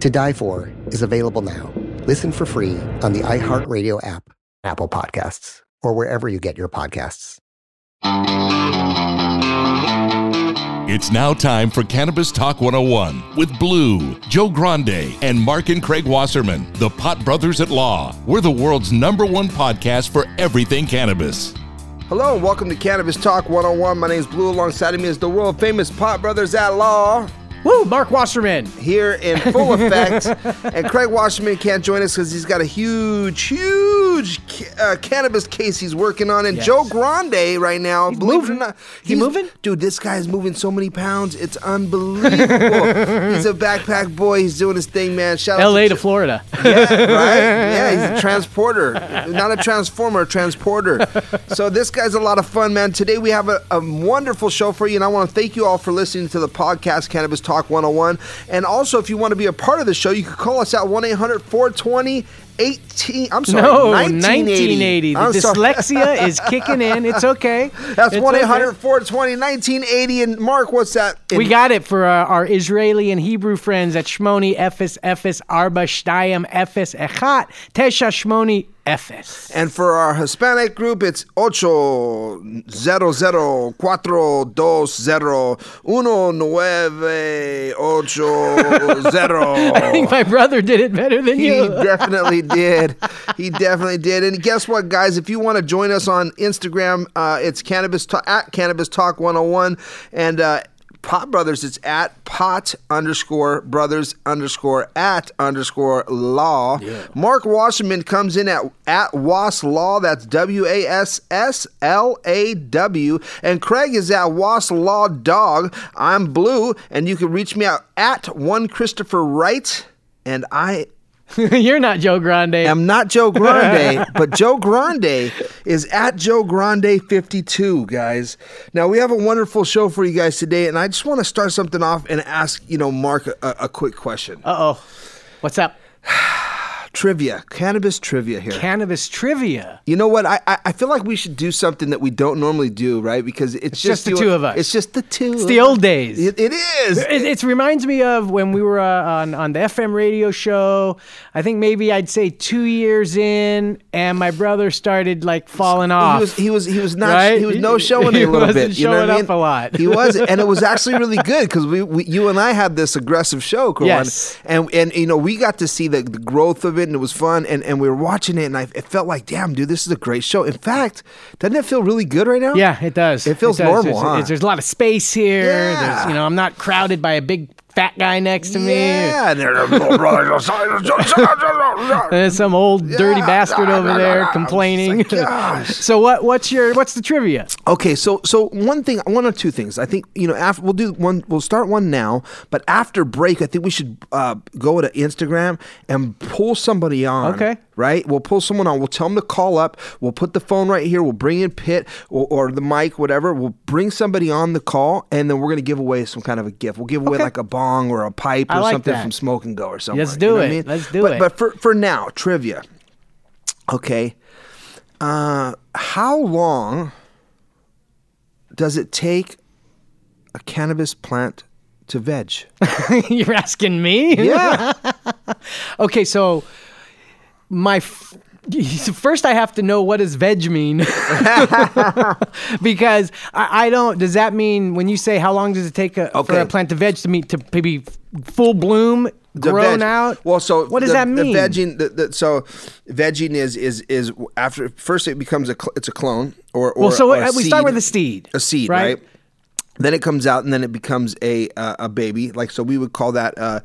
To Die For is available now. Listen for free on the iHeartRadio app, Apple Podcasts, or wherever you get your podcasts. It's now time for Cannabis Talk 101 with Blue, Joe Grande, and Mark and Craig Wasserman, the Pot Brothers at Law. We're the world's number one podcast for everything cannabis. Hello and welcome to Cannabis Talk 101. My name is Blue. Alongside of me is the world famous Pot Brothers at Law Woo, Mark Wasserman. here in full effect. and Craig Wasserman can't join us because he's got a huge, huge ca- uh, cannabis case he's working on. And Yes. Joe Grande right now, believe it or moving. not, He he's- moving? Dude, this guy is moving so many pounds. It's unbelievable. he's a backpack boy. He's doing his thing, man. Shout out LA to to Joe- Florida. yeah, right? Yeah, he's a transporter. Not a transformer, a transporter. So this guy's a lot of fun, man. Today we have a, a wonderful show for you, and I want to thank you all for listening to the podcast, Cannabis Talk 101. And also, if you want to be a part of the show, you can call us at 1 800 420 18. I'm sorry, no, 1980. 1980. The I'm sorry. dyslexia is kicking in. It's okay. That's It's 1 800 okay. 420 1980. And Mark, what's that? in- We got it for uh, our Israeli and Hebrew friends at Shmoni Ephes Ephes Arba Shtayim Ephes Echat Tesha Shmoni Ephes. And for our Hispanic group, it's ocho zero zero cuatro dos zero uno nueve ocho zero. I think my brother did it better than He you. definitely did. He definitely did. And guess what, guys? If you want to join us on Instagram, uh, it's cannabis Ta- at cannabis talk one hundred and one, and uh, Pot Brothers, it's at pot underscore brothers underscore at underscore law. Mark Wasserman comes in at at was law. That's W A S S L A W. And Craig is at was law dog. I'm blue, and you can reach me out at one Christopher Wright. And I You're not Joe Grande. am not Joe Grande, but Joe Grande is at Joe Grande 52, guys. Now, we have a wonderful show for you guys today, and I just want to start something off and ask, you know, Mark a, a quick question. oh, what's up? trivia, cannabis trivia here. Cannabis trivia. you know what? I, I I feel like we should do something that we don't normally do, right? Because it's, just the you- two of us. It's just the two. It's the old days. It, it is. It, it reminds me of when we were uh, on on the FM radio show. I think maybe I'd say two years in, and my brother started like falling off. He was he was he was not Right? he was He- no showing he a little wasn't bit. You know showing what I mean? up a lot. He was, and it was actually really good because we, we you and I had this aggressive show, Karan, Yes. and and you know we got to see the, the growth of it, and it was fun, and and we were watching it, and I it felt like damn, dude, this is a great show. In fact, doesn't it feel really good right now? yeah, it does. It feels does. normal, There's, huh? it's- there's a lot of space here. There's, Yeah. you know, I'm not crowded by a big fat guy next to me. Yeah, And there's some old dirty "Oh, Yeah. bastard over there complaining. It's like, gosh. so what? What's your? What's the trivia? Okay, so so one thing, one or two things. I think you know after we'll do one, we'll start one now, but after break, I think we should uh, go to Instagram and pull somebody on. Okay. right? We'll pull someone on. We'll tell them to call up. We'll put the phone right here. We'll bring in Pitt or, or the mic, whatever. We'll bring somebody on the call, and then we're gonna give away some kind of a gift. We'll give away like a bong or a pipe I or like something that. from Smoke and Go or something. Let's do it. Let's do but, it. But for for now, trivia. Okay, uh, how long? does it take a cannabis plant to veg? You're asking me? Yeah. Okay, so my f- first, I have to know what does veg mean, because I, I don't. Does that mean when you say how long does it take a, for Okay. a plant to veg to meet to be full bloom? the grown veg. out? Well, so what does the- that mean? The vegging, the, the, so vegging is is is after first it becomes a cl- it's a clone or, or well, so or uh, a we start seed. with a seed. a seed, right? Then it comes out, and then it becomes a uh, a baby. Like so, we would call that uh,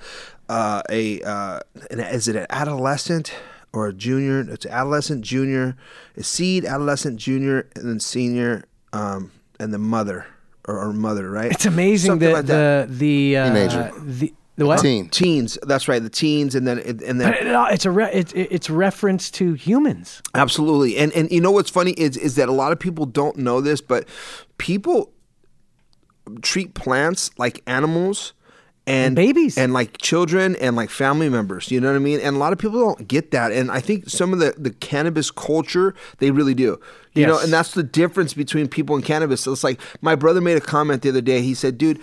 uh, a uh, an, is it an adolescent or a junior? It's adolescent, junior, a seed, adolescent, junior, and then senior, um, and the mother or, or mother, right? It's amazing Something that like that. the the uh, Teenager. the the what? Teen. teens. That's right, the teens, and then and then But it all- it's a re- it's it's reference to humans. Absolutely, and and you know what's funny is is that a lot of people don't know this, but people treat plants like animals and babies. and like children and like family members. You know what I mean? And a lot of people don't get that, and I think some of the the cannabis culture they really do. You know, Yes. and that's the difference between people and cannabis. So it's like my brother made a comment the other day. He said, "Dude,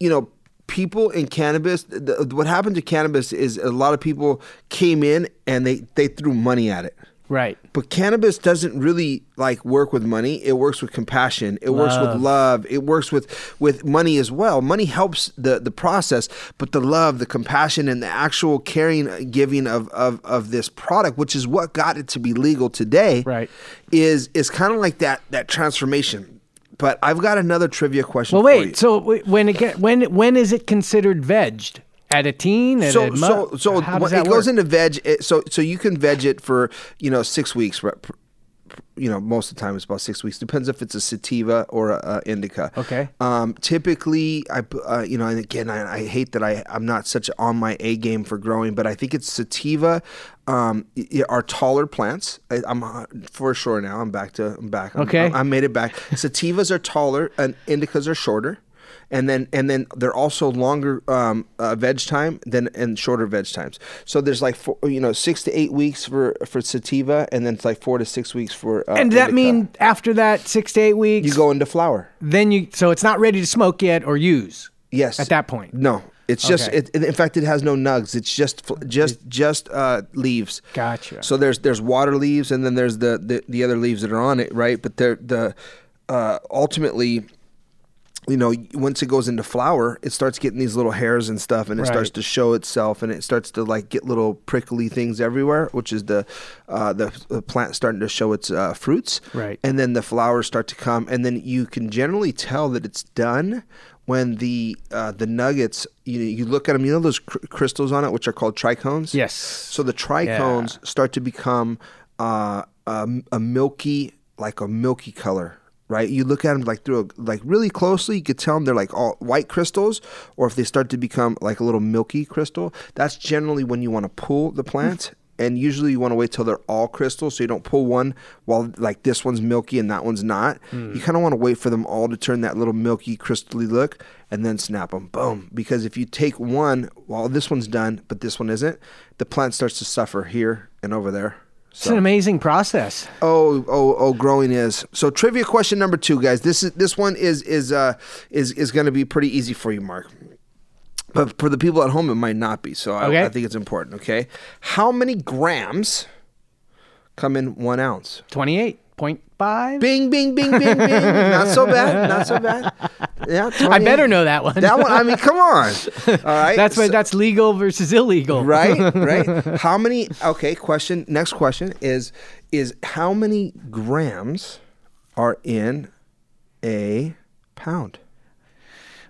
you know." People in cannabis, the, what happened to cannabis is a lot of people came in and they, they threw money at it. Right. But cannabis doesn't really like work with money. It works with compassion. It works with love. It works with with money as well. Money helps the the process, but the love, the compassion, and the actual caring, uh, giving of of of this product, which is what got it to be legal today, Right. Is is kind of like that that transformation. But I've got another trivia question. Well, for wait. you. So w- when it get, when when is it considered vegged? At a teen? At so a mu- so so how when does it that goes work? into veg. It, so so you can veg it for you know six weeks. re- pr- You know, most of the time it's about six weeks. Depends if it's a sativa or a, a indica. Okay. Um, typically, I p- uh, you know, and again, I, I hate that I I'm not such on my A game for growing, but I think it's sativa. Um, y- y- are taller plants. I, I'm uh, for sure now. I'm back to I'm back. I'm, Okay. I made it back. Sativas are taller and indicas are shorter. And then and then they're also longer um, uh, veg time than and shorter veg times. So there's like four, you know six to eight weeks for for sativa, and then it's like four to six weeks for. Uh, and does that indica. mean after that six to eight weeks, you go into flower? then you so it's not ready to smoke yet or use. Yes. At that point. No, it's just Okay. it, in fact it has no nugs. It's just fl- just just uh, leaves. Gotcha. So there's there's water leaves and then there's the the, the other leaves that are on it, right? But they're the uh, ultimately. You know, once it goes into flower, it starts getting these little hairs and stuff, and it starts Right. to show itself, and it starts to like get little prickly things everywhere, which is the uh, the, the plant starting to show its uh, fruits. Right. And then the flowers start to come, and then you can generally tell that it's done when the uh, the nuggets. You know, you look at them. You know those cr- crystals on it, which are called trichomes. Yes. So the trichomes start to become uh, a, a milky, like a milky color. Right, you look at them like through a, like really closely. You could tell them they're like all white crystals, or if they start to become like a little milky crystal. That's generally when you want to pull the plant, and usually you want to wait till they're all crystal, so you don't pull one while like this one's milky and that one's not. You kind of want to wait for them all to turn that little milky, crystally look, and then snap them. Boom. Because if you take one while this one's done, but this one isn't, the plant starts to suffer here and over there. It's an amazing process. Oh, oh, oh! Growing is so. Trivia question number two, guys. This is this one is is uh is is going to be pretty easy for you, Mark. But for the people at home, it might not be. So Okay. I, I think it's important. Okay, how many grams come in one ounce? Twenty eight point five. Bing, bing, bing, bing, bing. not so bad. Not so bad. Yeah, I 28. better know that one. that one. I mean, come on. All right. that's so- what, that's legal versus illegal. right right how many okay question next question is is how many grams are in a pound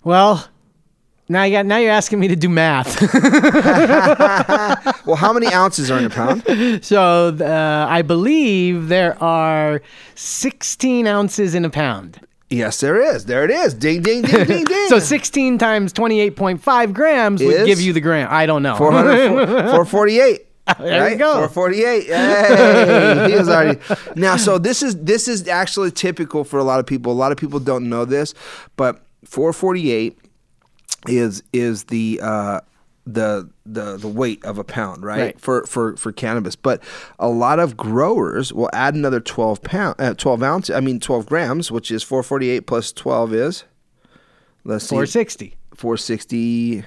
Well, now you got now you're asking me to do math. well how many ounces are in a pound so uh, I believe there are 16 ounces in a pound. yes there is there it is ding ding ding ding ding So 16 times 28.5 grams would Is? give you the gram. I don't know. 400 448 There you right? go. 448. Hey, he was already. Now, so this is this is actually typical for a lot of people. A lot of people don't know this, but 448 is is the uh, the the the weight of a pound, right? Right. For for for cannabis, but a lot of growers will add another 12 pound, uh, 12 ounce. I mean, 12 grams, which is 448 plus 12 is. Let's see, 460. 460.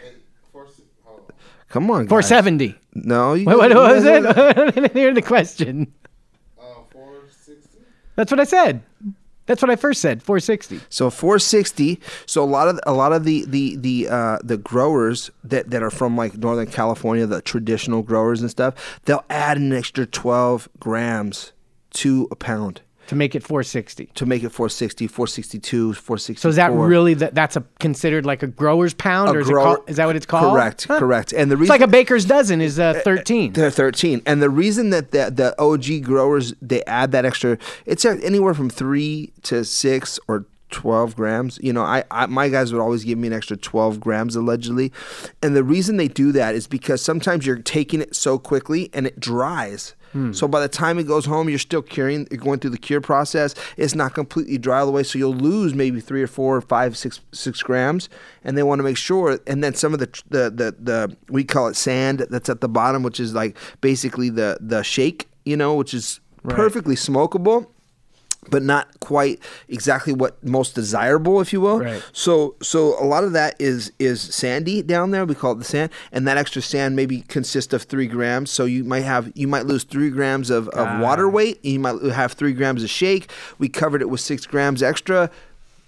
Come on, guys. 470. No, Wait, you guys- what you was guys- it? I didn't hear the question. Uh, 460? That's what I said. That's what I first said. 460. So 460. So a lot of a lot of the the the uh, the growers that that are from like Northern California, the traditional growers and stuff, they'll add an extra 12 grams to a pound to make it 460. to make it 460, 462, 460. So is that really that? That's a considered like a grower's pound, or is, it called, is that what it's called? Correct, Huh. correct. And the It's reason Eh, like a baker's dozen is uh, 13. They're 13. And the reason that the, the OG growers, they add that extra, it's a- anywhere from three to six or 12 grams. You know, I, I my guys would always give me an extra 12 grams allegedly. And the reason they do that is because sometimes you're taking it so quickly and it dries. Hmm. So by the time it goes home, you're still curing, you're going through the cure process. It's not completely dry all the way, so you'll lose maybe three or four or five, six, six grams. And they want to make sure. And then some of the, tr- the the the we call it sand that's at the bottom, which is like basically the the shake, you know, which is perfectly smokable, but not quite exactly what most desirable, if you will. Right. So so a lot of that is is sandy down there. We call it the sand, and that extra sand maybe consists of three grams. So you might have you might lose three grams of, of water weight. You might have three grams of shake. We covered it with six grams extra.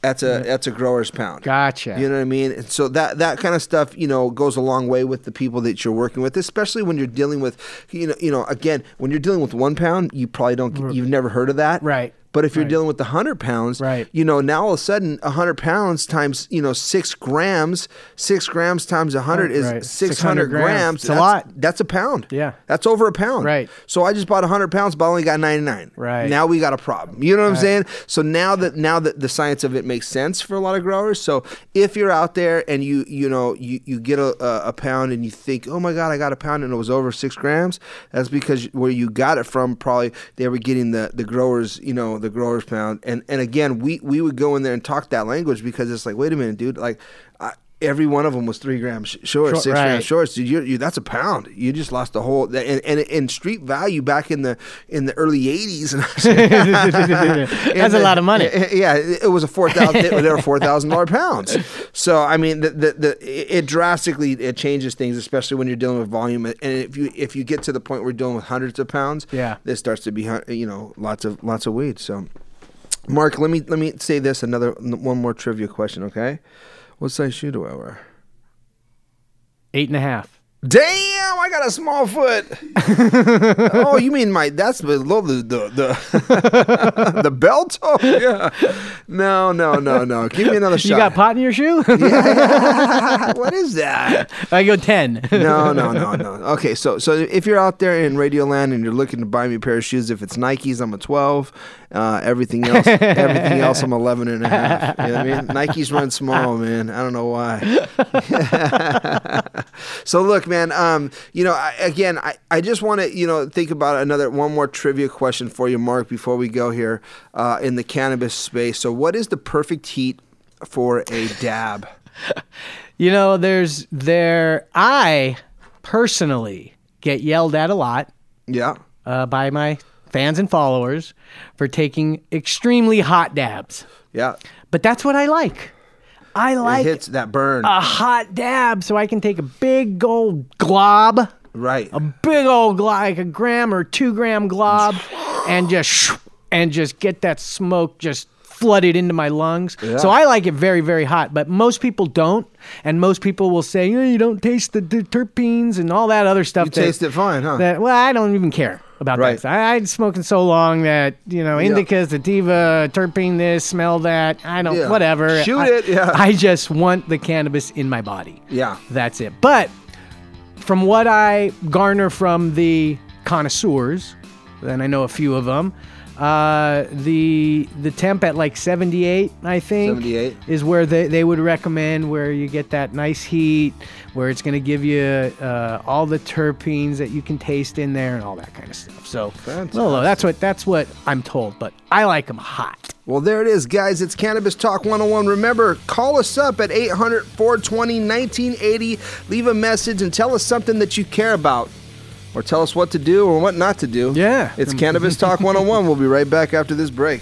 That's a that's a grower's pound. Gotcha. You know what I mean? And so that that kind of stuff, you know, goes a long way with the people that you're working with, especially when you're dealing with, you know, you know, again, when you're dealing with one pound, you probably don't, you've never heard of that, Right. But if you're dealing with the hundred pounds, Right. You know, now all of a sudden, hundred pounds times, you know, six grams, six grams times hundred is Right. six hundred 600 grams. grams. It's a That's- lot. That's a pound. Yeah. that's over a pound. Right. So I just bought hundred pounds, but I only got ninety nine. Right. Now we got a problem. You know what I'm saying? So now that now that the science of it makes sense for a lot of growers. So if you're out there and you you know you you get a, a- a pound and you think, oh my god, I got a pound and it was over six grams, that's because where you got it from probably they were getting the the growers you know the growers pound and and again we we would go in there and talk that language because it's like wait a minute, dude, like. I, Every one of them was three grams sh- Short, short, six grams right. short shorts, dude, you, you, that's a pound. You just lost the whole and, and and street value back in the in the early '80s. That's a lot of money. Yeah, it it was a four thousand. they were four thousand dollar pounds. So I mean, the, the the it drastically it changes things, especially when you're dealing with volume. And if you if you get to the point where you're dealing with hundreds of pounds, Yeah. this starts to be hun- you know lots of lots of weed. So. Mark, let me let me say this another one more trivia question, okay? What size shoe do I wear? Eight and a half. Damn, I got a small foot. oh, you mean my that's below the the the, the belt? Oh yeah. No, no, no, no. Give me another shot. You got pot in your shoe? what is that? I go 10. No, no, no, no. Okay, so so if you're out there in Radio Land and you're looking to buy me a pair of shoes, if it's Nikes, I'm a 12. Uh, everything else, everything else, I'm 11 and a half. You know what I mean? Nikes run small, man. I don't know why. so look, man. Um, you know, I, again, I, I just want to you know think about another one more trivia question for you, Mark, before we go here uh, in the cannabis space. So, what is the perfect heat for a dab? You know, there's there. I personally get yelled at a lot Yeah. uh, by my fans and followers for taking extremely hot dabs, Yeah, but that's what I like. I it like hits that burn. a hot dab, so I can take a big old glob, Right. a big old glob, like a gram or two gram glob, and just shoo- and just get that smoke just flooded into my lungs. So I like it very very hot, but most people don't, and most people will say "Eh, you don't taste the, the terpenes and all that other stuff. You taste it fine, huh? That, well, I don't even care about Right. that. I, I'd smoking so long that you know indica, sativa, terpene, this, smell that. I don't, Yeah. whatever. Shoot I- it, yeah. I just want the cannabis in my body. Yeah. That's it. But from what I garner from the connoisseurs, and I know a few of them, uh, the the temp at like 78, I think, 78. is where they, they would recommend where you get that nice heat, where it's going to give you uh, all the terpenes that you can taste in there and all that kind of stuff. So, well, that's what that's what I'm told. But I like them hot. Well, there it is, guys. It's Cannabis Talk 101. Remember, call us up at 800 420 1980. Leave a message and tell us something that you care about, or tell us what to do or what not to do. Yeah. It's Cannabis Talk 101. We'll be right back after this break.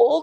all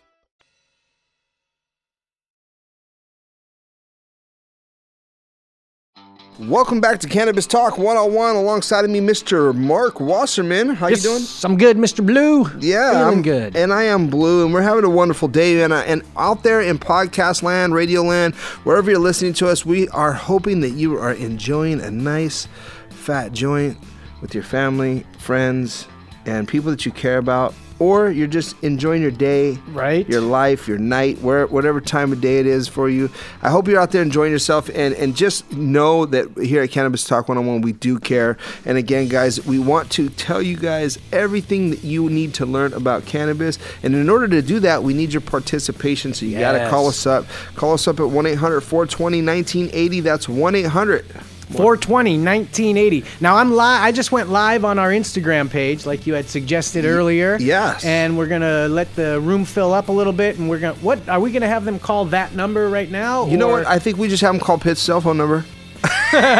Welcome back to Cannabis Talk 101. Alongside of me, Mr. Mark Wasserman. How yes, you doing? I'm good, Mr. Blue. Yeah, Feeling I'm good. and I am Blue, and we're having a wonderful day. And, uh, and out there in podcast land, radio land, wherever you're listening to us, we are hoping that you are enjoying a nice fat joint with your family, friends, and people that you care about, or you're just enjoying your day, Right. Your life, your night, where whatever time of day it is for you. I hope you're out there enjoying yourself and and just know that here at Cannabis Talk 101 we do care. And again, guys, we want to tell you guys everything that you need to learn about cannabis. And in order to do that, we need your participation. So you got to Yes. call us up. Call us up at 1-800-420-1980. That's 1-800 420 1980. Now I'm live. I just went live on our Instagram page, like you had suggested earlier. yes. And we're gonna let the room fill up a little bit, and we're gonna. What are we gonna have them call that number right now? You know or- what? I think we just have them call Pitt's cell phone number.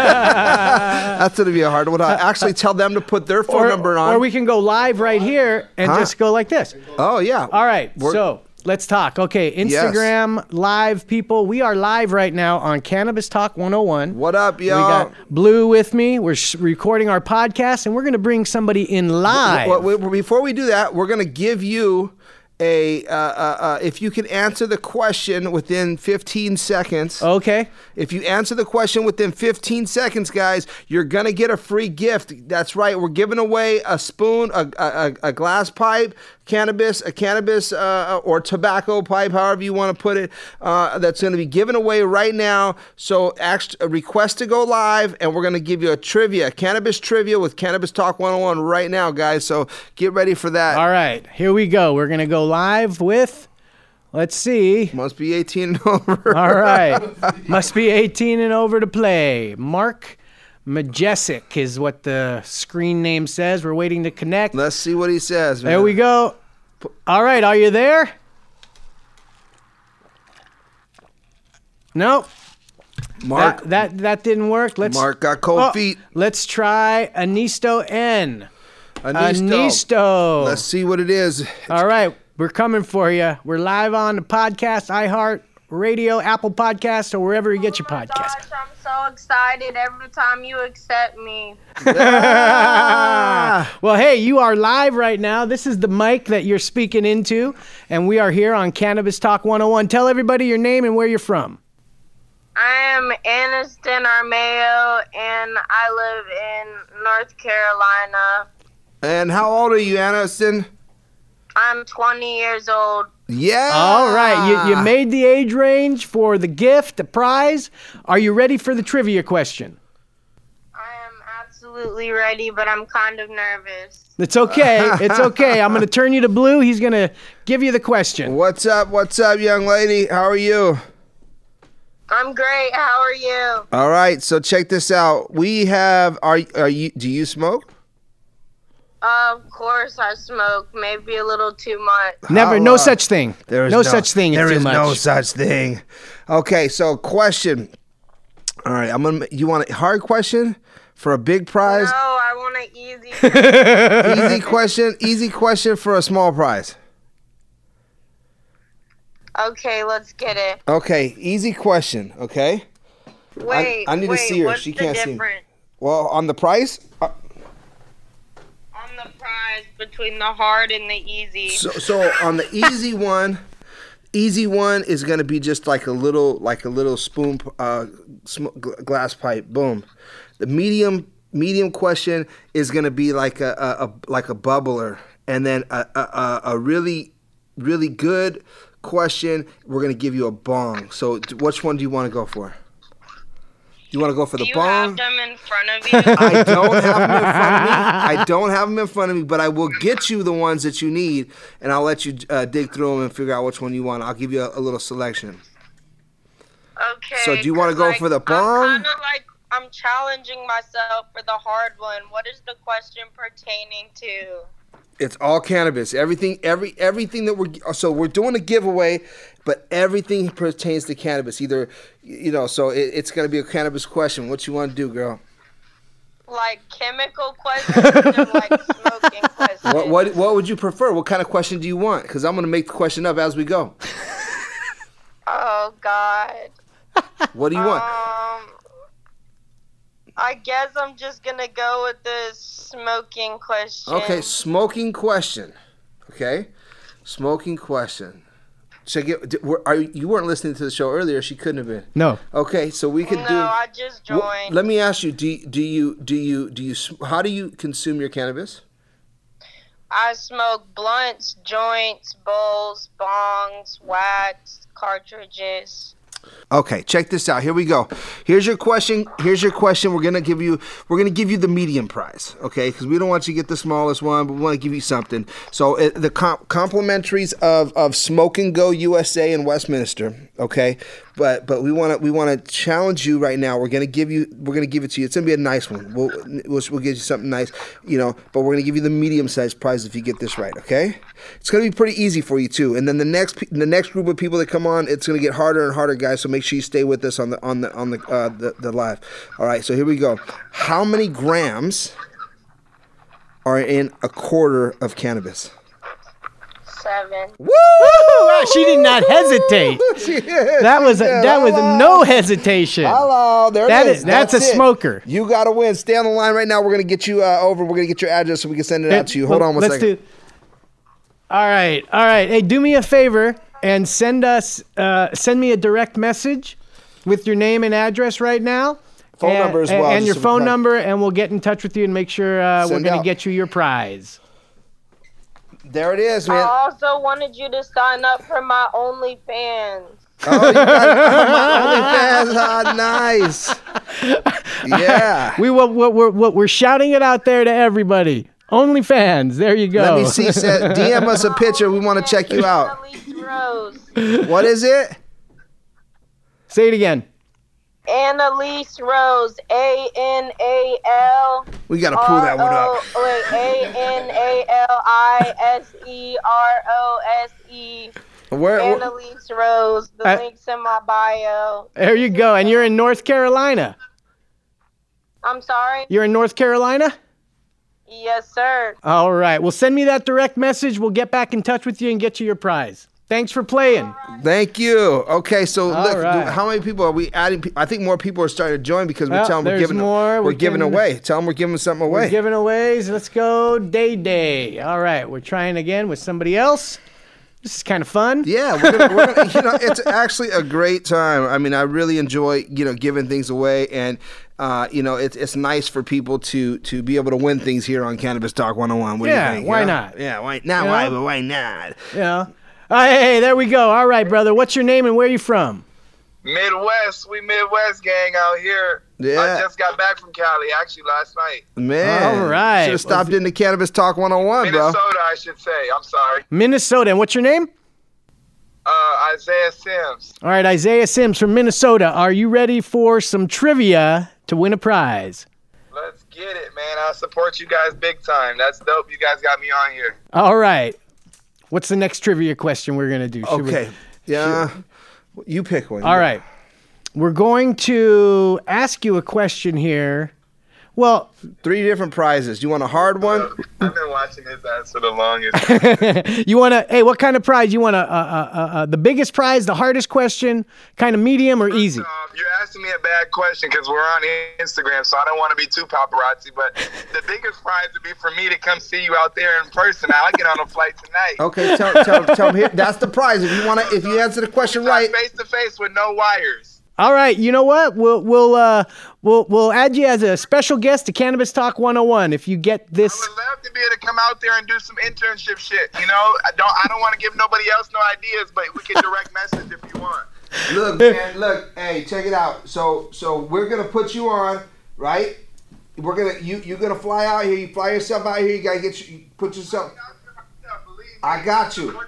That's gonna be a hard one. I actually tell them to put their phone or, number on. or we can go live right here and Huh? just go like this. oh yeah. All right, We're- so let's talk. Okay, Instagram live people. We are live right now on Cannabis Talk 101. What up, We y'all? got Blue with me. We're sh- recording our podcast, and we're going to bring somebody in live. Well, well, before we do that, we're gonna give you a uh, uh, uh, if you can answer the question within 15 seconds. okay. If you answer the question within 15 seconds, guys, you're gonna get a free gift. That's right. We're giving away a spoon, a, a, a- a glass pipe, cannabis, a cannabis uh, or tobacco pipe, however you want to put it. Uh, that's gonna be given away right now. So act, request to go live, and we're gonna give you a trivia, cannabis trivia with Cannabis Talk 101 right now, guys. So get ready for that. All right, here we go. We're going to go live with, let's see. Must be 18 and over. All right. Must be 18 and over to play. Mark Majesic is what the screen name says. We're waiting to connect. Let's see what he says. Man. There we go. All right, are you there? No. Mark- That that, that didn't work. Let's oh, Mark got cold feet. Let's try Anisto N. Anisto. Anisto. Let's see what it is. All right, we're coming for you. We're live on the podcast, iHeart Radio, Apple Podcast, or wherever you get your podcast. I'm so excited every time you accept me. well, hey, you are live right now. This is the mic that you're speaking into, and we are here on Cannabis Talk 101. Tell everybody your name and where you're from. I am Aniston Armeo, and I live in North Carolina. And how old are you, Aniston? I'm 20 years old. Yeah. All right, you, you made the age range for the gift, the prize. Are you ready for the trivia question? Absolutely ready, but I'm kind of nervous. It's okay. It's okay. I'm going to turn you to blue. He's going to give you the question. What's up? What's up, young lady? How are you? I'm great. How are you? All right, so check this out. We have are are you do you smoke? Of course, I smoke. Maybe a little too much. Never, no such thing. uh, There is no, such thing. as There too is no much. such thing. Okay, so question. All right, I'm gonna. You want a hard question for a big prize? No, I want an easy. easy question. Easy question for a small prize. Okay, let's get it. Okay, easy question. Okay. Wait, I need to wait, see her. What's She the can't see me. difference Well, on the price. Uh, between the hard and the easy? So, so on the easy one, easy one is going to be just like a little, like a little spoon, uh, sm- gl- glass pipe. Boom. The medium, medium question is going to be like a, a, a like a bubbler, and then a, a, a, a really, really good question. We're going to give you a bong. So, d- which one do you want to go for? You want to go for the Do you have bong? them in front of you? I don't have them in front of me. I don't have them in front of me, but I will get you the ones that you need, and I'll let you uh, dig through them and figure out which one you want. I'll give you a, a little selection. Okay. So, do you want to go for the I'm bong? kind of like I'm challenging myself for the hard one. What is the question pertaining to? It's all cannabis. Everything, every everything that we're so we're doing a giveaway, but everything pertains to cannabis. Either you know, so it, it's going to be a cannabis question. What you want to do, girl? Like chemical questions or like smoking questions? What what what would you prefer? What kind of question do you want? Because I'm going to make the question up as we go. Oh God. What do you want? Um, I guess I'm just gonna go with the smoking question. Okay, smoking question. Okay, smoking question. So get, d- were, are, you weren't listening to the show earlier. She couldn't have been. No. Okay, so we could no, do. I just Wha- joined. let me ask you: Do you- do you do you do you sm- how do you consume your cannabis? I smoke blunts, joints, bowls, bongs, wax, cartridges. Okay, check this out. Here we go. Here's your question. Here's your question. We're gonna give you. We're gonna give you the medium prize. Okay, because we don't want you to get the smallest one, but we want to give you something. So uh, the com- complimentaries of of Smoke and Go USA in Westminster. Okay, but but we want to we want to challenge you right now. We're gonna give you. We're gonna give it to you. It's gonna be a nice one. We'll we'll, we'll give you something nice. You know, but we're gonna give you the medium sized prize if you get this right. Okay, it's gonna be pretty easy for you too. And then the next pe- the next group of people that come on, it's gonna get harder and harder, guys. So make sure you stay with us on the on the on the uh, the, the live. All right, so here we go. How many grams are in a quarter of cannabis? Seven. Woo! Wow, Ah, she did not hesitate. That was that was no hesitation. Hello, Oh, there That it is. is- that's a it. smoker. You got to win. Stay on the line right now. We're gonna get you uh, over. We're gonna get your address so we can send it out to you. Hold on one Let's second. do- all right, all right. Hey, do me a favor and send us uh, send me a direct message with your name and address right now. Phone and- number as and- well, and just your so we phone can- number, and we'll get in touch with you and make sure uh, we're Send going to out. get you your prize. There it is, I man. also wanted you to sign up for my OnlyFans. Oh, you got oh, my OnlyFans. Oh, nice. Yeah. we will, we're, we're, we're- we're shouting it out there to everybody. OnlyFans, there you go. Let me see. Send, DM us a picture. We want to check you out. Elise Rose. What is it? Say it again. Annalise Rose, A N A L. We gotta pull that one up. R O- Wait, A N A L I S E R O S E. Where- where- Annalise Rose. The Uh, link's in my bio. There you go. And you're in North Carolina. I'm sorry. You're in North Carolina? Yes, sir. All right. Well, send me that direct message. We'll get back in touch with you and get you your prize. Thanks for playing. Thank you. Okay, so All look, right. how many people are we adding? Pe- I think more people are starting to join because we Well, tell them we're there's giving more. we're We giving can- away. Tell them we're giving something We're away. giving aways. Let's go day day. All right. We're trying again with somebody else. This is kind of fun. Yeah. We're gonna- we're gonna- you know, it's actually a great time. I mean, I really enjoy you know giving things away, and uh, you know it's it's nice for people to to be able to win things here on Cannabis Talk 101. What do you Yeah, think, why yeah? not? Yeah. Why not? You Why? know? But why not? Yeah. Hey, there we go. All right, brother. What's your name and where you from? Midwest, we Midwest gang out here. Yeah. I just got back from Cali actually last night. Man. All right. Should have stopped into Cannabis Talk 101, bro. Minnesota, I should say. I'm sorry. Minnesota. And what's your name? Uh, Isaiah Sims. All right, Isaiah Sims from Minnesota. Are you ready for some trivia to win a prize? Let's get it, man. I support you guys big time. That's dope. You guys got me on here. All right. What's the next trivia question we're going to do? Should we- Okay. Yeah. You pick one. All right. We're going to ask you a question here. Well, three different prizes. You want a hard one? I've been watching his ass for the longest. you want to hey, what kind of prize you want to uh, uh, uh, uh, the biggest prize, the hardest question, kind of medium or easy? You're asking me a bad question because we're on Instagram, so I don't want to be too paparazzi. But the biggest prize would be for me to come see you out there in person. I'll get on a flight tonight. Okay, tell tell tell me here. That's the prize. If you want to, if you answer the question right, Face to face with no wires. All right, you know what? We'll we'll uh, we'll we'll add you as a special guest to Cannabis Talk 101 if you get this love to be able to come out there and do some internship shit. You know, I don't I don't want to give nobody else no ideas, but we can direct message if you want. look, man, look, hey, check it out. So so we're gonna put you on, right? We're gonna you you're gonna fly out here. You fly yourself out here. You gotta get you put yourself. I got you.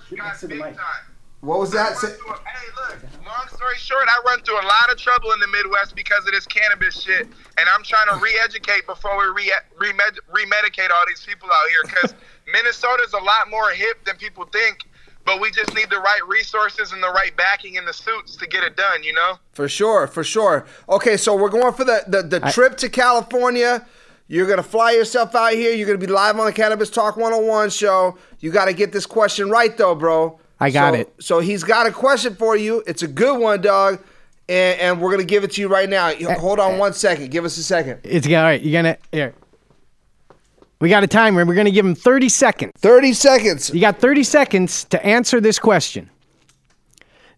What was that? Say- Long story short, I run through a lot of trouble in the Midwest because of this cannabis shit, and I'm trying to re-educate before we re remed- remedicate all these people out here because Minnesota's a lot more hip than people think. But we just need the right resources and the right backing in the suits to get it done, you know? For sure, for sure. Okay, so we're going for the the, the trip to California. You're gonna fly yourself out here. You're gonna be live on the Cannabis Talk 101 show. You got to get this question right, though, bro. I got So- it. So he's got a question for you. It's a good one, dog. And, and we're gonna give it to you right now. Eh, You- Hold on one second. Give us a second. It's all right. You're gonna here. We got a timer, and we're gonna give him 30 seconds. 30 seconds. You got 30 seconds to answer this question.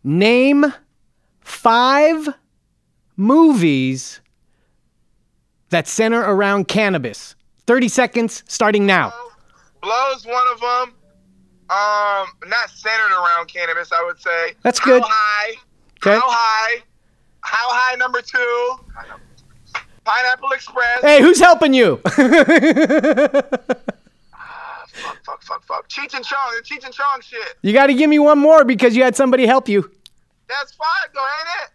Name five movies that center around cannabis. 30 seconds, starting now. Blow's one of them. Um, not centered around cannabis, I would say. That's good. How high? Okay. How high? How high? Number two. Pineapple Express. Hey, who's helping you? Fuck, Cheech and Chong. The Cheech and Chong shit. you got to give me one more because you had somebody help you. That's five, though, ain't it?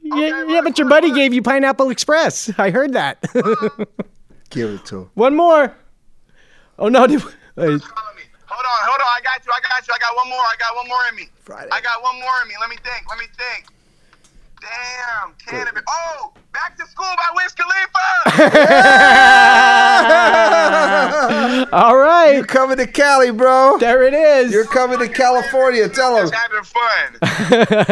Yeah, yeah, but your buddy gave you Pineapple Express. I heard that. Give it to him. one more. Oh no! Did, wait. Hold on, hold on. I got you. I got you. I got one more. I got one more in me. Friday. I got one more in me. Let me think. Let me think. Damn, cannabis. Oh, back to school by Wiz Khalifa. All right. You're coming to Cali, bro. There it is. You're coming to California. Tell him. having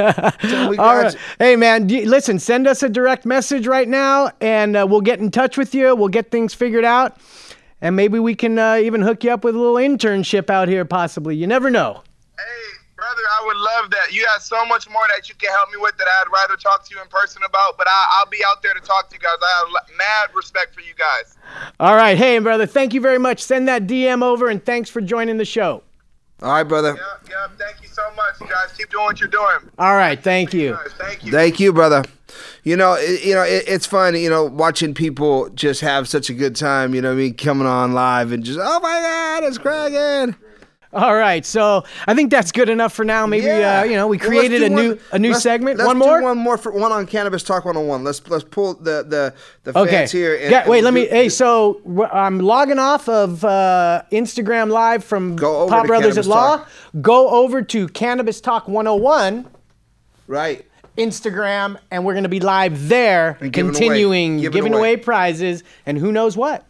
fun. we All got right. Hey, man, d- listen, send us a direct message right now and uh, we'll get in touch with you. We'll get things figured out. And maybe we can uh, even hook you up with a little internship out here, possibly. You never know. Brother, I would love that. You have so much more that you can help me with that I'd rather talk to you in person about, but I, I'll be out there to talk to you guys. I have l- mad respect for you guys. All right. Hey, brother, thank you very much. Send that DM over and thanks for joining the show. All right, brother. Thank you so much, you guys. Keep doing what you're doing. All right. Thank you. Thank you. Thank you, brother. You know, it, you know, it, it's fun. You know, watching people just have such a good time. You know, what I mean, coming on live and just oh my god, it's cracking. All right, so I think that's good enough for now. Maybe uh, you know we Well, let's created do a new one- a new let's- segment. let's One do more. one more for one on Cannabis Talk 101. Let's let's pull the the the fans okay. here. And, yeah. and Wait. we'll let me. do- hey. So wh- I'm logging off of uh, Instagram Live from over Pop to Brothers Cannabis at Law. Go over to Cannabis Talk 101. Right. Instagram, and we're going to be live there, giving away- continuing giving giving away. away prizes, and who knows what.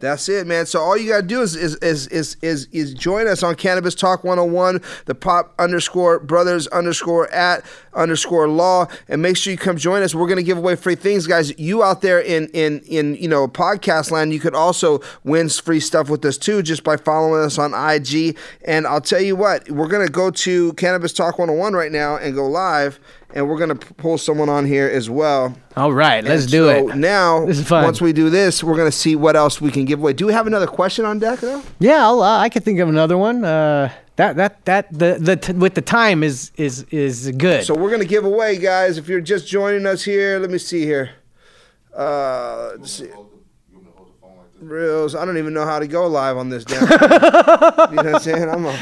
That's it, man. So all you gotta do is is is is is, is join us on Cannabis Talk 101, the pop underscore brothers underscore at underscore law, and make sure you come join us. We're gonna give away free things, guys. You out there in in in you know podcast land, you could also win free stuff with us too, just by following us on IG. And I'll tell you what, we're gonna go to Cannabis Talk 101 right now and go live, and we're gonna p- pull someone on here as well. All right, let's And do so it. Now, This is fun. once we do this, we're going to see what else we can give away. Do we have another question on deck, though? Yeah, I'll, uh, I could think of another one. Uh, that that that the the t- with the time is is is good. So we're going to give away, guys. If you're just joining us here, let me see here. Uh, let's see. Reels. I don't even know how to go live on this damn. thing. you know what I'm saying? I'm a,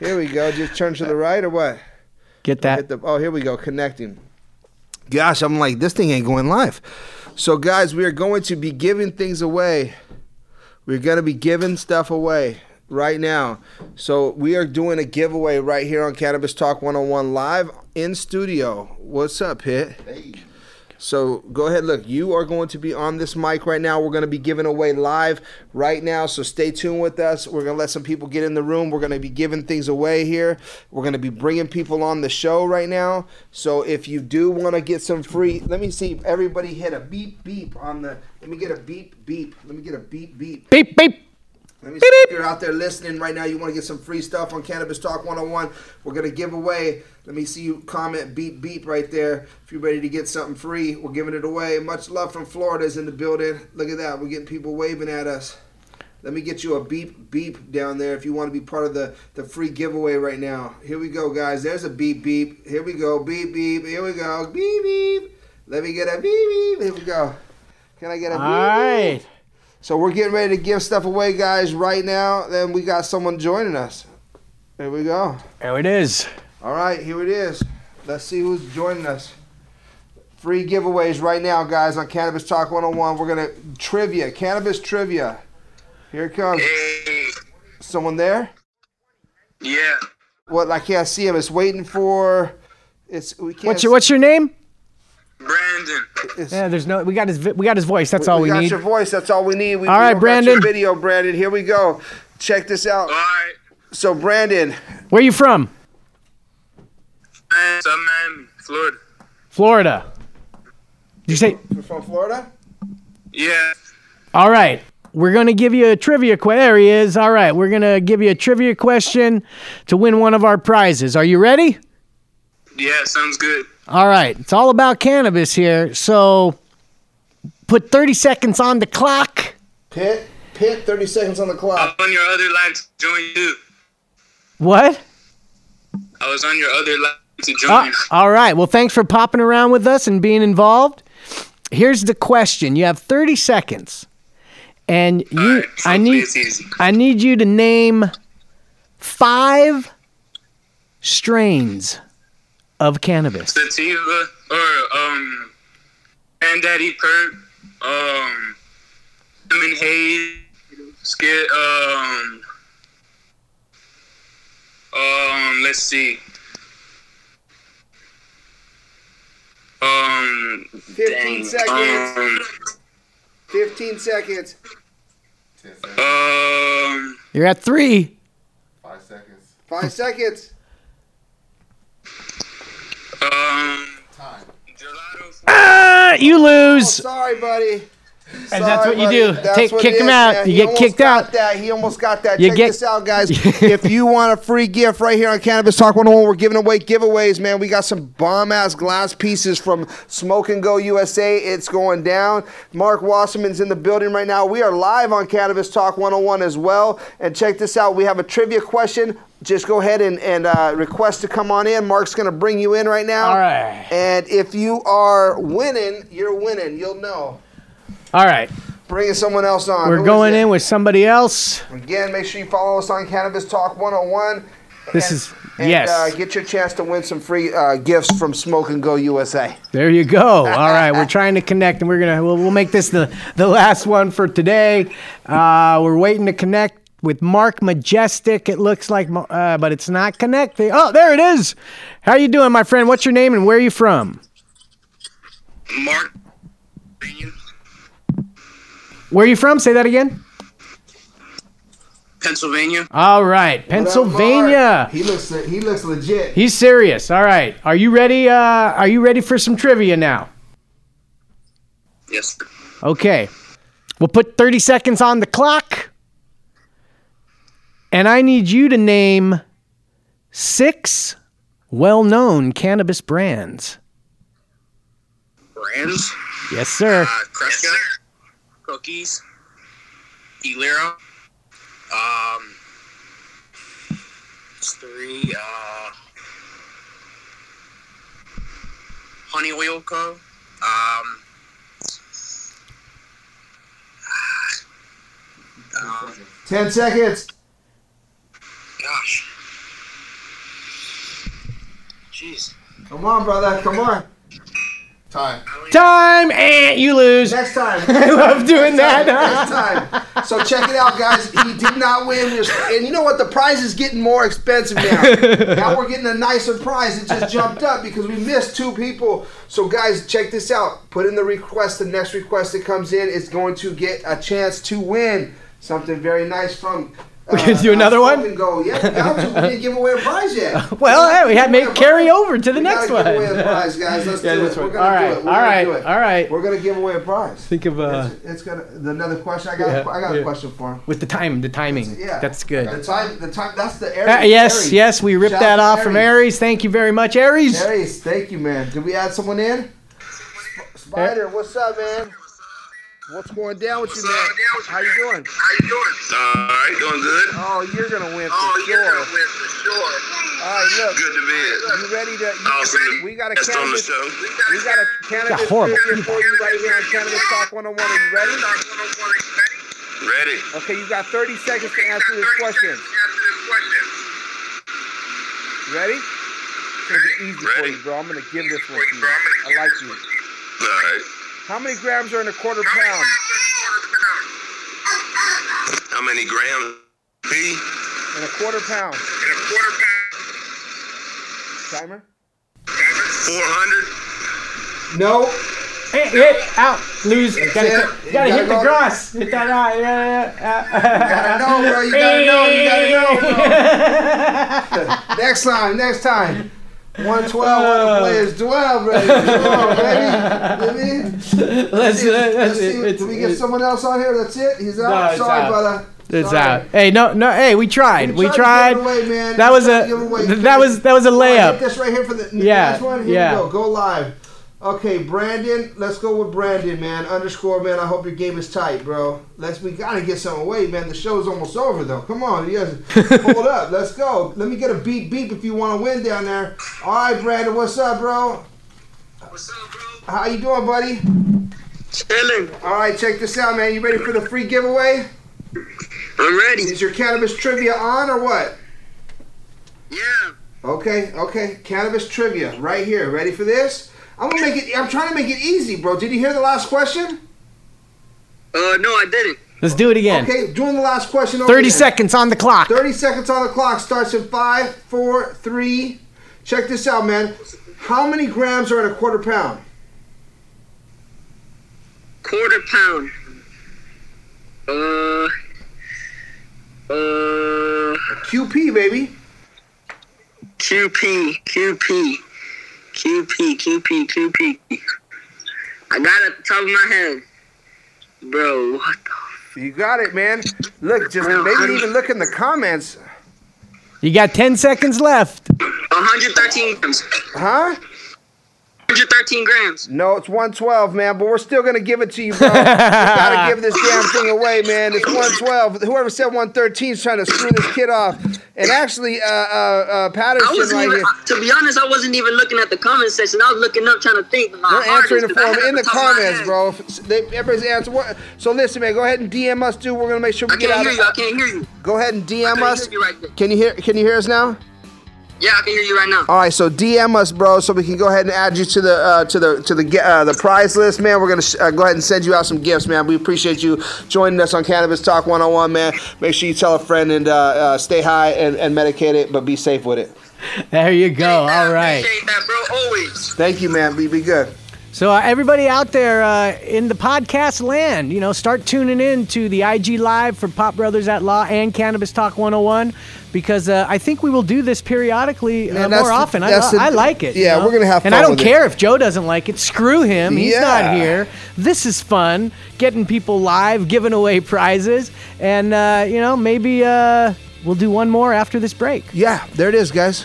here we go. Just turn to the right or what? Get that. Hit the, oh, here we go. Connecting. Gosh, I'm like this thing ain't going live. So guys, we are going to be giving things away. We're going to be giving stuff away right now. So we are doing a giveaway right here on Cannabis Talk 101 live in studio. What's up, Hit? So go ahead, look, you are going to be on this mic right now. We're going to be giving away live right now. So stay tuned with us. We're going to let some people get in the room. We're going to be giving things away here. We're going to be bringing people on the show right now. So if you do want to get some free, let me see if everybody hit a beep beep on the. Let me get a beep beep. Let me get a beep beep. Beep beep. Let me see if you're out there listening right now. You want to get some free stuff on Cannabis Talk 101. We're going to give away. Let me see you comment beep beep right there. If you're ready to get something free, we're giving it away. Much love from Florida's in the building. Look at that. We're getting people waving at us. Let me get you a beep beep down there if you want to be part of the, the free giveaway right now. Here we go, guys. There's a beep beep. Here we go. Beep beep. Here we go. Beep beep. Let me get a beep beep. Here we go. Can I get All a beep? right. So we're getting ready to give stuff away, guys, right now. Then we got someone joining us. There we go. There it is. All right, here it is. Let's see who's joining us. Free giveaways right now, guys, on Cannabis Talk 101. We're going to trivia, cannabis trivia. Here it comes. Someone there? Yeah. What? I can't see him. It's waiting for. It's we can't. What's your what's your name? Brandon. Yeah, there's no. We got his vi- we got his voice. That's we, all we, we got need. your voice. That's all we need. We, All we right, don't got your Brandon. video, Brandon. Here we go. Check this out. All right. So, Brandon, Where you from? Hey, some man, Florida. Florida. Did you say? you're from Florida? Yeah. All right. We're going to give you a trivia question. There he is. All right. We're going to give you a trivia question to win one of our prizes. Are you ready? Yeah, sounds good. All right. It's all about cannabis here. So put 30 seconds on the clock. Pit, pit, 30 seconds on the clock. On your other life to join you. What? I was on your other life to join Ah, all right. Well, thanks for popping around with us and being involved. Here's the question. You have 30 seconds. And you I need I need you to name 5 strains of cannabis. Sativa uh, or um Granddaddy Perp, um Lemon Haze, Skid um um let's see. Um 15 seconds. um 15 seconds. um You're at 3. Five seconds. um Ah, you Oh, lose. sorry, buddy. And that's Sorry, what you buddy. do. That's Take- what kick it him is, out. man. You He get almost kicked got out. That. He almost got that. You Check get- this out, guys. if you want a free gift right here on Cannabis Talk 101, we're giving away giveaways, man. We got some bomb ass glass pieces from Smoke and Go USA. It's going down. Mark Wasserman's in the building right now. We are live on Cannabis Talk 101 as well. And check this out. We have a trivia question. Just go ahead and, and uh, request to come on in. Mark's going to bring you in right now. All right. And if you are winning, you're winning. You'll know. All right. Bringing someone else on. Who We're is going it? in with somebody else. Again, make sure you follow us on Cannabis Talk 101. This is And, yes. Uh, get your chance to win some free uh, gifts from Smoke and Go USA. There you go. All right, we're trying to connect, and we're gonna we'll, we'll make this the the last one for today. Uh, we're waiting to connect with Mark Majestic. It looks like, Mo- uh, but it's not connecting. Oh, there it is. How you doing, my friend? What's your name and where are you from? Mark, Where are you from? Say that again. Pennsylvania. All right, Pennsylvania. He looks he looks legit. He's serious. All right. Are you ready? Uh, are you ready for some trivia now? Yes. Okay. We'll put 30 seconds on the clock. And I need you to name six well known cannabis brands. Brands. Yes, sir. Uh, Kreska, Cookies, Elero. Um, it's three. Uh, Honey Oil Co. Um, um, Ten seconds. gosh. Jeez. Come on, brother. Come on. Time. Time and you lose. Next time. I love doing Next that. time. Next time. So check it out, guys. He did not win. We're- And you know what? The prize is getting more expensive now. now we're getting a nicer prize. It just jumped up because we missed two people. So guys, check this out. Put in the request. The next request that comes in is going to get a chance to win something very nice from. We can Uh, do another one. Go. Yeah, we got to. We didn't give away a prize yet. Well, hey, we had make carry over to the We next gotta one. Give away a prize, guys. Let's Yeah, do that's it. We're right. gonna All right, do it. We're all gonna right, do it. all right. We're gonna give away a prize. Think of uh, It's- it's gonna another question. I got. yeah, a, I got yeah. a question for him. with the time, the timing. Yeah, that's good. The time. The time. That's the Aries. Uh, yes, Aries. yes, we ripped Shout that out off from Aries. Thank you very much, Aries. Aries, thank you, man. Did we add someone in? Uh, Sp- Spider, what's up, man? What's going down with you, man? How you doing? How you doing? Uh, All right, doing good. Oh, you're gonna win. For Oh, sure. you're gonna win for sure. All right, look. Good to You be ready to? You, Awesome. We got a Guest on the cannabis. show. We got a cannabis Got horrible trivia for you right here on Cannabis Talk 101. Are you ready? oh Ready. Okay, you got 30 seconds to answer this question. Ready? It's gonna be easy for you, bro. I'm gonna give this one to you. I like you. All right. How many grams are in a quarter pound? How many grams? P. In a quarter pound. In a quarter pound. Timer? 400. No. Hit, hit, out, lose. That's gotta it. hit- You gotta gotta hit the go. grass. Hit that eye. Yeah, yeah, yeah. You gotta know, bro. You gotta know. You gotta know, bro. next time. Next time. 112. One Uh. of the players. 12, ready. Come on, baby. You know what I mean? Let's- see, let's- let's see. it's- Do we get it's- someone else on here? That's it. He's out. No, it's Sorry, out. brother. It's Sorry. out. Hey, no, no. Hey, we tried. We to tried. give it away, man. That We was tried to a give it away. th- that was that was a All right, hit layup. this right here for the Yeah, last one. Here yeah. we go. Go live. Okay, Brandon. Let's go with Brandon, man. Underscore, man. I hope your game is tight, bro. Let's. We gotta get some away, man. The show's almost over, though. Come on, you guys. Hold up. Let's go. Let me get a beep beep if you want to win down there. All right, Brandon. What's up, bro? What's up, bro? How you doing, buddy? Chilling. All right, check this out, man. You ready for the free giveaway? I'm ready. Is your cannabis trivia on or what? Yeah. Okay, okay. Cannabis trivia right here. Ready for this? I'm gonna make it. I'm trying to make it easy, bro. Did you hear the last question? Uh, no, I didn't. Let's do it again. Okay, doing the last question. over Thirty there. seconds on the clock. 30 seconds on the clock starts in five, four, three. Check this out, man. How many grams are in a quarter pound? Quarter pound. Uh. Uh. QP, baby. QP. QP. QP. QP. QP. I got it at the top of my head. Bro, what You got it, man. Look, just maybe even look in the comments. You got ten seconds left. 113 grams. Huh? 113 13 grams. No, it's 112, man, but we're still going to give it to you, bro. We gotta give this damn thing away, man. It's 112. Whoever said 113 is trying to screw this kid off. And actually, uh, uh, uh, I Patterson wasn't right even, here. to be honest, I wasn't even looking at the comment section. I was looking up trying to think. Like, They're answering the artists, 'cause I form had in it the off top of my comments, head. bro. If- s- they- Everybody's answering. What- So listen, man. Go ahead and DM us, dude. We're gonna make sure we I get can't out. hear of- you. I can't hear you. Go ahead and DM couldn't us. hear you right there. Can you hear? Can you hear us now? Yeah, I can hear you right now. All right, so DM us, bro, so we can go ahead and add you to the uh, to the to the ge- uh, the prize list, man. We're gonna sh- uh, go ahead and send you out some gifts, man. We appreciate you joining us on Cannabis Talk 101, man. Make sure you tell a friend and uh, uh, stay high and, and medicate it, but be safe with it. There you go. All right. Thank you, man. Be, be good. So uh, everybody out there uh, in the podcast land, you know, start tuning in to the IG Live for Pop Brothers at Law and Cannabis Talk 101 because uh, I think we will do this periodically uh, Man, that's more the- often. I, that's the- I like it. you yeah, know? we're gonna have And fun I don't with it. care if Joe doesn't like it. Screw him. He's Yeah. not here. This is fun. Getting people live, giving away prizes, and uh, you know, maybe uh, we'll do one more after this break. Yeah, there it is, guys.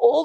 all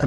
a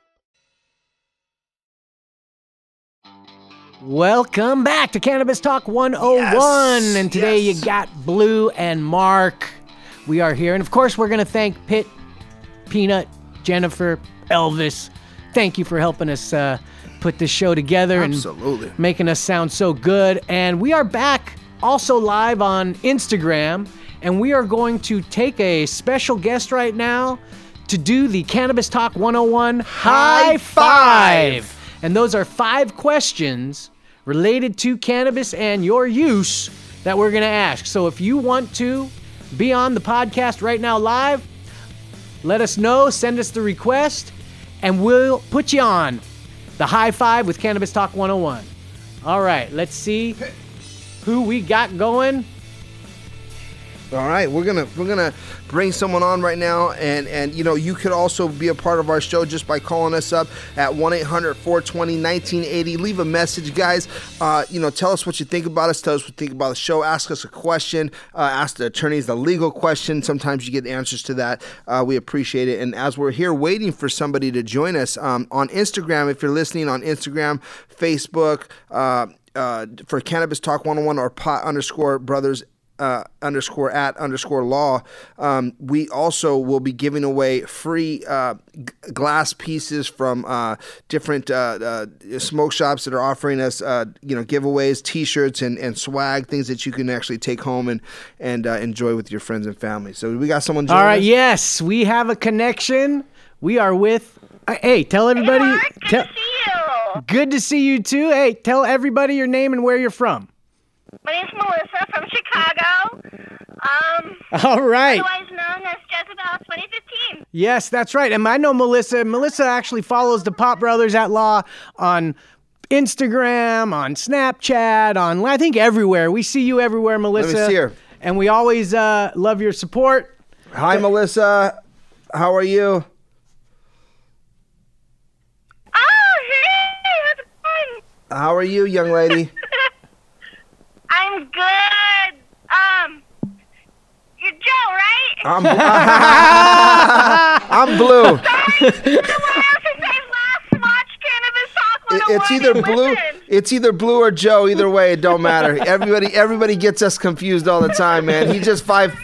Welcome back to Cannabis Talk 101. and today you got Blue and Mark. We are here. And of course, we're going to thank Pitt, Peanut, Jennifer, Elvis. Thank you for helping us uh, put this show together Absolutely. and making us sound so good. And we are back also live on Instagram. And we are going to take a special guest right now to do the Cannabis Talk 101 High Five. And those are five questions related to cannabis and your use that we're going to ask. So if you want to be on the podcast right now live, let us know, send us the request, and we'll put you on the high five with Cannabis Talk 101. All right, let's see who we got going. All right, we're gonna we're gonna bring someone on right now, and and you know you could also be a part of our show just by calling us up at 1-800-420-1980. Leave a message, guys. Uh, you know, tell us what you think about us. Tell us what you think about the show. Ask us a question. Uh, ask the attorneys the legal question. Sometimes you get answers to that. Uh, we appreciate it. And as we're here waiting for somebody to join us um, on Instagram, if you're listening on Instagram, Facebook. Uh, uh, for cannabis talk 101 or pot underscore brothers uh, underscore at underscore law. Um, we also will be giving away free uh, g- glass pieces from uh, different uh, uh, smoke shops that are offering us, uh, you know, giveaways, T-shirts, and, and swag, things that you can actually take home and and uh, enjoy with your friends and family. So we got someone. All joining right. us? Yes, we have a connection. We are with. uh, hey, tell everybody. tell, Good to see you too. Hey, tell everybody your name and where you're from. My name's Melissa from Chicago. Um, All right. Otherwise known as Jezebel 2015. Yes, that's right. And I know Melissa. Melissa actually follows the Pop Brothers at Law on Instagram, on Snapchat, on I think everywhere. We see you everywhere, Melissa. see her. And we always uh, love your support. Hi, Melissa. How are you? Oh, hey, how's it going? How are you, young lady? I'm good. Um, you're Joe, right? I'm I'm blue. It- It's either blue. It's either blue or Joe. Either way, it don't matter. Everybody, everybody gets us confused all the time, man. He's just five.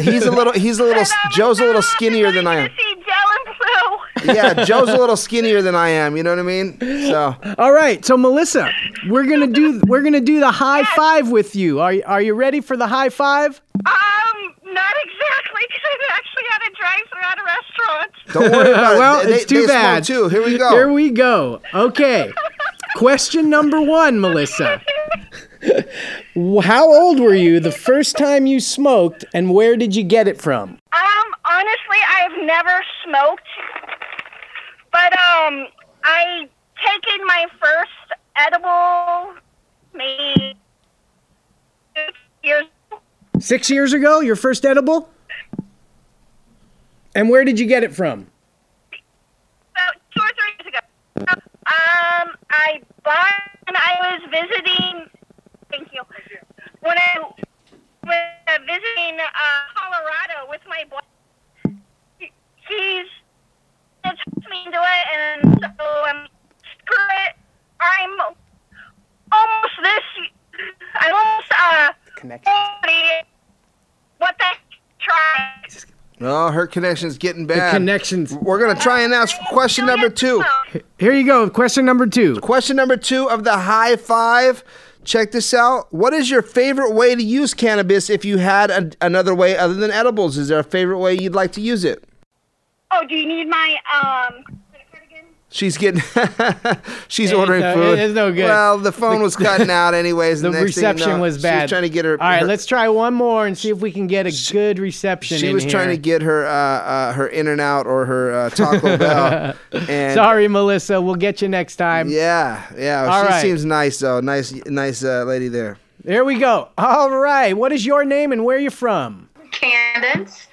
He's a little. He's a little. Joe's a little skinnier than I am. See Joe and Blue. Yeah, Joe's a little skinnier than I am. You know what I mean? So. All right, so Melissa, we're gonna do we're gonna do the high five with you. Are are you ready for the high five? Um, not exactly, because I'm actually at a drive-through at a restaurant. Don't worry about it. well, They- it's they- too they smoke bad. too. Here we go. Here we go. Okay. Question number one, Melissa. How old were you the first time you smoked, and where did you get it from? Um, honestly, I've never smoked, but um, I taken my first edible maybe six years. Six years ago, your first edible. And where did you get it from? Um, I bought when I was visiting. Thank you. When I was visiting uh, Colorado with my boy, he- he's he tricked me into it, and so I'm screw it. I'm almost this. I'm almost uh. Connection. What the try? Oh, her connection's getting bad. connections. We're gonna try and ask question number two. Here you go. Question number two. Question number two of the high five. Check this out. What is your favorite way to use cannabis if you had a, another way other than edibles? Is there a favorite way you'd like to use it? Oh, do you need my um? She's getting, she's It's ordering no- food. it's no good. Well, the phone was cutting out anyways. The and next thing you reception know, was She bad. was trying to get her. All right, her- let's try one more and see if we can get a good reception. She in was trying here. to get her uh, uh, her In and Out or her uh, Taco Bell. And Sorry, Melissa. We'll get you next time. Yeah, yeah. All she right. seems nice though. Nice, nice uh, lady there. There we go. All right. What is your name and where are you from? Candence from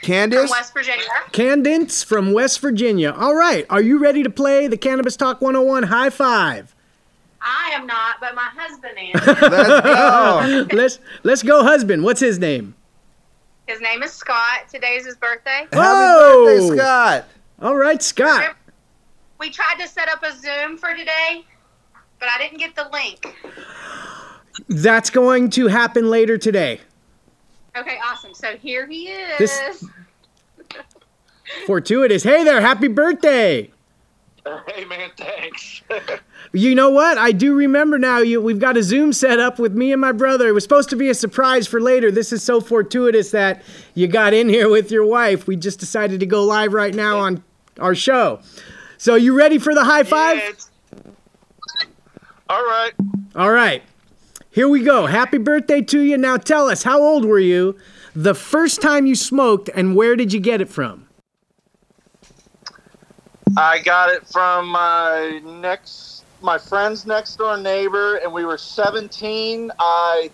Candace. West Virginia. Candence from West Virginia. All right. Are you ready to play the Cannabis Talk 101 high five? I am not, but my husband Let's is. go. let's let's go, husband. What's his name? His name is Scott. Today's his birthday. oh, birthday, Scott. All right, Scott. We tried to set up a Zoom for today, but I didn't get the link. That's going to happen later today. Okay, awesome. So here he is. This- Fortuitous. Hey there, happy birthday. Hey man, thanks. You know what? I do remember now. You, we've got a Zoom set up with me and my brother. It was supposed to be a surprise for later. This is so fortuitous that you got in here with your wife. We just decided to go live right now on our show. So, you ready for the high five? All right. All right. Here we go. Happy birthday to you. Now, tell us, how old were you the first time you smoked, and where did you get it from? I got it from my next my friend's next door neighbor and we were 17. I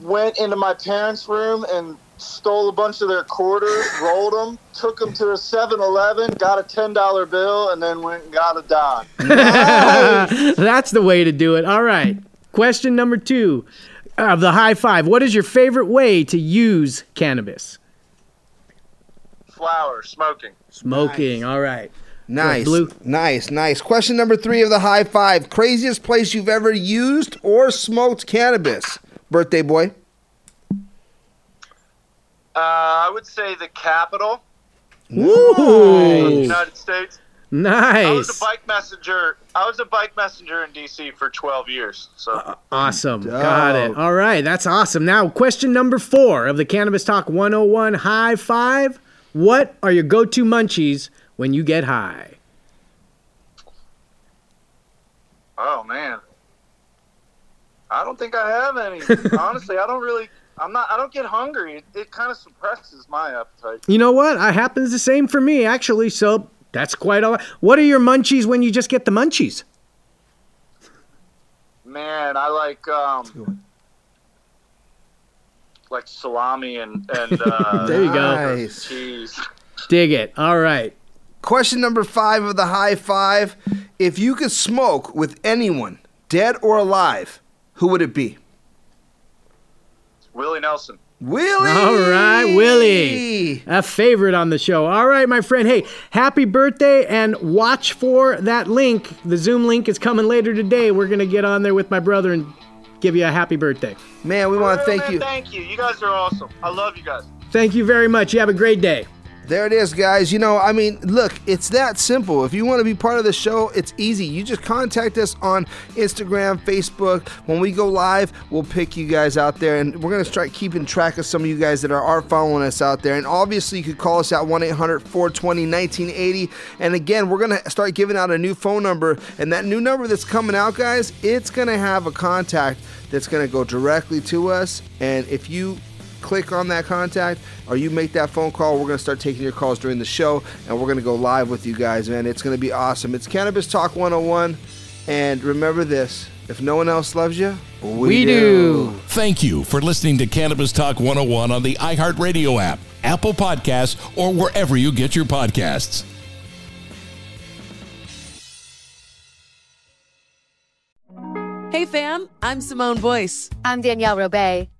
went into my parents' room and stole a bunch of their quarters, rolled them, took them to a 7-Eleven, got a $10 bill, and then went and got a Don. That's the way to do it. All right. Question number two of the high five. What is your favorite way to use cannabis? Flower, smoking. Smoking. All right. Nice. Nice, nice. Question number three of the high five. Craziest place you've ever used or smoked cannabis? Birthday boy. Uh, I would say the capital of the Ooh. United States. I was Nice. a bike messenger. I was a bike messenger in D.C. for 12 years. So Awesome. Got it. All right. That's awesome. Now, question number four of the Cannabis Talk 101 high five. What are your go to munchies when you get high? Oh man, I don't think I have any. Honestly, I don't really. I'm not. I don't get hungry. It, it kind of suppresses my appetite. You know what? I happens the same for me, actually. So that's quite all. What are your munchies when you just get the munchies? Man, I like um, like salami and and uh, There you go. Nice. cheese. Dig it. All right. Question number five of the high five. If you could smoke with anyone, dead or alive, who would it be? Willie Nelson. Willie. All right, Willie. A favorite on the show. All right, my friend. Hey, happy birthday and watch for that link. The Zoom link is coming later today. We're going to get on there with my brother and give you a happy birthday. Man, we want Real Oh, man, Thank you. You guys are awesome. I love you guys. Thank you very much. You have a great day. There it is, guys. You know, I mean, look, it's that simple. If you want to be part of the show, it's easy. You just contact us on Instagram, Facebook. When we go live, we'll pick you guys out there, and we're going to start keeping track of some of you guys that are, are following us out there. And obviously, you could call us at 1 800 420 1980. And again, we're going to start giving out a new phone number. And that new number that's coming out, guys, it's going to have a contact that's going to go directly to us. And if you click on that contact or you make that phone call. We're going to start taking your calls during the show and we're going to go live with you guys, man. It's going to be awesome. It's Cannabis Talk 101. And remember this if no one else loves you, we, Thank you for listening to Cannabis Talk 101 on the iHeartRadio app, Apple Podcasts, or wherever you get your podcasts. Hey, fam, I'm Simone Boyce. I'm Danielle Robay.